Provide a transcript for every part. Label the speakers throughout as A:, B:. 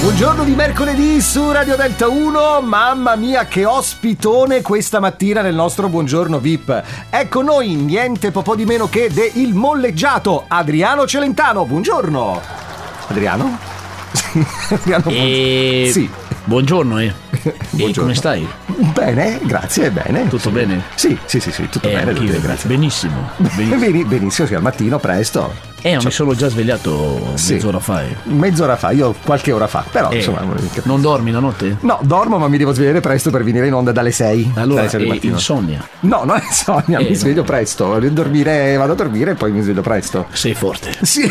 A: Buongiorno di mercoledì su Radio Delta 1, mamma mia che ospitone questa mattina nel nostro Buongiorno VIP. Ecco noi, niente po' di meno che de il molleggiato Adriano Celentano, buongiorno. Adriano? Sì, Adriano,
B: E-
A: buongiorno. Sì,
B: Buongiorno, eh. E
A: Buongiorno.
B: come stai?
A: bene, grazie, bene.
B: Tutto bene?
A: Sì, sì, sì, sì, tutto
B: Eh,
A: bene, tutto
B: anch'io,
A: bene, grazie.
B: Benissimo. benissimo.
A: Beni- benissimo, sì, al mattino, presto.
B: Eh, ma mi sono già svegliato
A: Sì.
B: mezz'ora fa. eh.
A: Mezz'ora fa, io qualche ora fa, però
B: Eh,
A: insomma...
B: non dormi la notte?
A: No, dormo ma mi devo svegliare presto per venire in onda dalle 6.
B: Allora,
A: dalle 6 del
B: eh,
A: mattino.
B: insonnia.
A: No, non è insonnia,
B: Eh,
A: mi
B: no.
A: sveglio presto. Voglio dormire, vado a dormire e poi mi sveglio presto.
B: Sei forte.
A: Sì,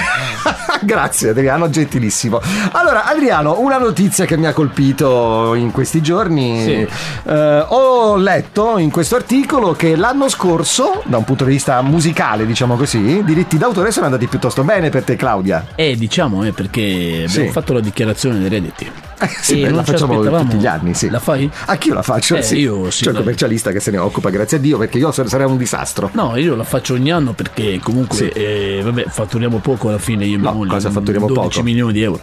A: grazie Adriano, gentilissimo. Allora, Adriano, una notizia che mi ha colpito in questi giorni.
B: Sì.
A: Eh, ho letto in questo articolo che l'anno scorso, da un punto di vista musicale, diciamo così, diritti d'autore sono andati piuttosto bene per te, Claudia.
B: Eh, diciamo, eh, perché abbiamo
A: Sì.
B: fatto la dichiarazione dei redditi.
A: Eh, sì,
B: E
A: beh,
B: non
A: la
B: ci
A: facciamo
B: aspettavamo.
A: tutti gli anni, sì.
B: La fai?
A: Anch'io la faccio,
B: Eh,
A: sì.
B: io sì,
A: C'è un
B: dai.
A: commercialista che se ne occupa, grazie a Dio, perché io sarei un disastro.
B: No, io la faccio ogni anno perché comunque,
A: Sì.
B: eh, vabbè, fatturiamo poco alla fine io e mia
A: No,
B: moglie.
A: cosa fatturiamo
B: 12
A: poco?
B: milioni di euro.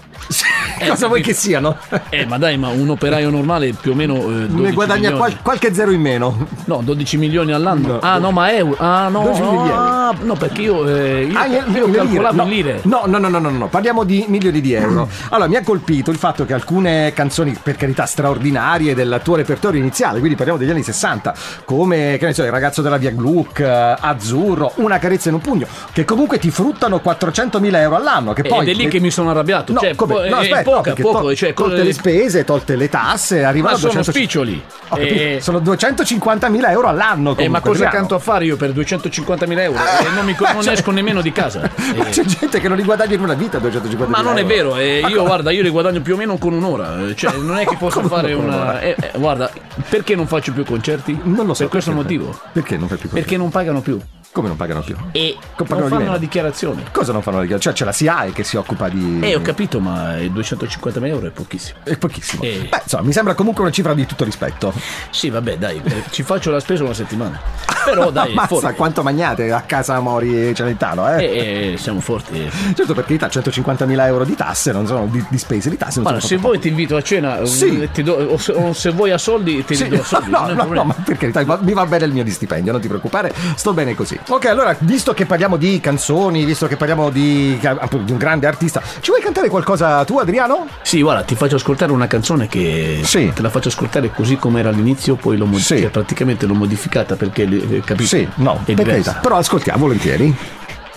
A: Cosa vuoi che siano?
B: Eh, ma dai, ma un operaio normale più o meno... Eh, 12
A: Ne guadagna
B: milioni.
A: qual- qualche zero in meno.
B: No, 12 milioni all'anno.
A: No.
B: Ah, no, ma euro. Ah, no,
A: 12 milioni.
B: no, ah, no, perché io, eh, io,
A: Ah,
B: io
A: le- le
B: calcolavo in
A: lire.
B: lire. Mm.
A: No, no, no, no, no, no, no, parliamo di milioni di euro. Allora, mi ha colpito il fatto che alcune canzoni, per carità, straordinarie del tuo repertorio iniziale, quindi parliamo degli anni 60, come, che ne so, Il ragazzo della Via Gluck, eh, Azzurro, Una carezza in un pugno, che comunque ti fruttano 400.000 euro all'anno, che poi...
B: Eh, Ed è lì che mi sono arrabbiato.
A: No,
B: cioè,
A: come-
B: po-
A: no,
B: eh,
A: aspetta,
B: poca,
A: perché
B: poco,
A: tol-
B: cioè,
A: tolte
B: eh,
A: le spese, tolte le tasse, arriva
B: ma
A: a
B: sono
A: 200
B: spiccioli.
A: Ho capito,
B: Eh,
A: sono 250.000 euro all'anno comunque.
B: eh, ma cosa
A: Adriano.
B: canto a fare io per 250.000 euro? Eh, non mi co- non
A: cioè-
B: esco nemmeno di casa.
A: Ma
B: Eh,
A: c'è gente che non li guadagna in una vita 250.000
B: ma non è
A: euro.
B: vero, eh,
A: Ma
B: io
A: co-
B: guarda, io li guadagno più o meno con un'ora. eh, Cioè, non è che posso
A: Come
B: fare
A: con
B: una.
A: un'ora?
B: eh, eh, guarda, perché non faccio più concerti?
A: Non lo so
B: Per questo
A: perché.
B: motivo.
A: Perché non fai più
B: Perché non pagano più.
A: Come non pagano più?
B: E
A: Co- pagano
B: non
A: di
B: fanno
A: meno.
B: la dichiarazione.
A: Cosa non fanno la riga? Cioè c'è la SIAE che si occupa di...
B: Eh, ho capito, ma eh, 250.000 euro è pochissimo.
A: È pochissimo.
B: Eh.
A: Beh, insomma, mi sembra comunque una cifra di tutto rispetto.
B: Sì, vabbè, dai, eh, ci faccio la spesa una settimana. Però dai,
A: Ammazza,
B: forti.
A: quanto magnate a casa Mori e Celentano, eh?
B: Eh, eh, siamo forti.
A: Certo, perché in realtà 150.000 euro di tasse, non sono di, di spese di tasse. Non
B: Guarda,
A: sono
B: se
A: proprio
B: vuoi ti invito a cena, eh,
A: Sì.
B: ti do- o, se, o se vuoi a soldi ti
A: Sì,
B: do soldi.
A: no,
B: non è un
A: no, no,
B: problema.
A: ma per carità, va- mi va bene il mio stipendio, non ti preoccupare, sto bene così. Ok, allora, visto che parliamo di canzoni, visto che parliamo di, appunto, di un grande artista, ci vuoi cantare qualcosa tu, Adriano?
B: Sì, guarda, ti faccio ascoltare una canzone che
A: Sì.
B: te la faccio ascoltare così come era all'inizio, poi l'ho modificata,
A: Sì.
B: cioè, praticamente l'ho modificata perché eh, capito?
A: Sì, no,
B: è
A: per carità,
B: diversa.
A: però ascoltiamo volentieri.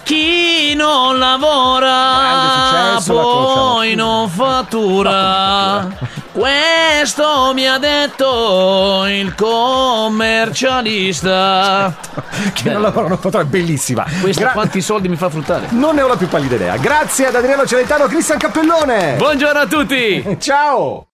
B: Chi non
A: Grande
B: lavora
A: successo, la
B: poi
A: conosciamo.
B: non fattura. Questo mi ha detto il commercialista.
A: Che non lavorano foto, è bellissima.
B: Questo
A: Gra-
B: quanti soldi mi fa fruttare?
A: Non ne ho la più pallida idea. Grazie ad Adriano Celentano, Cristian Cappellone.
B: Buongiorno a tutti!
A: Ciao!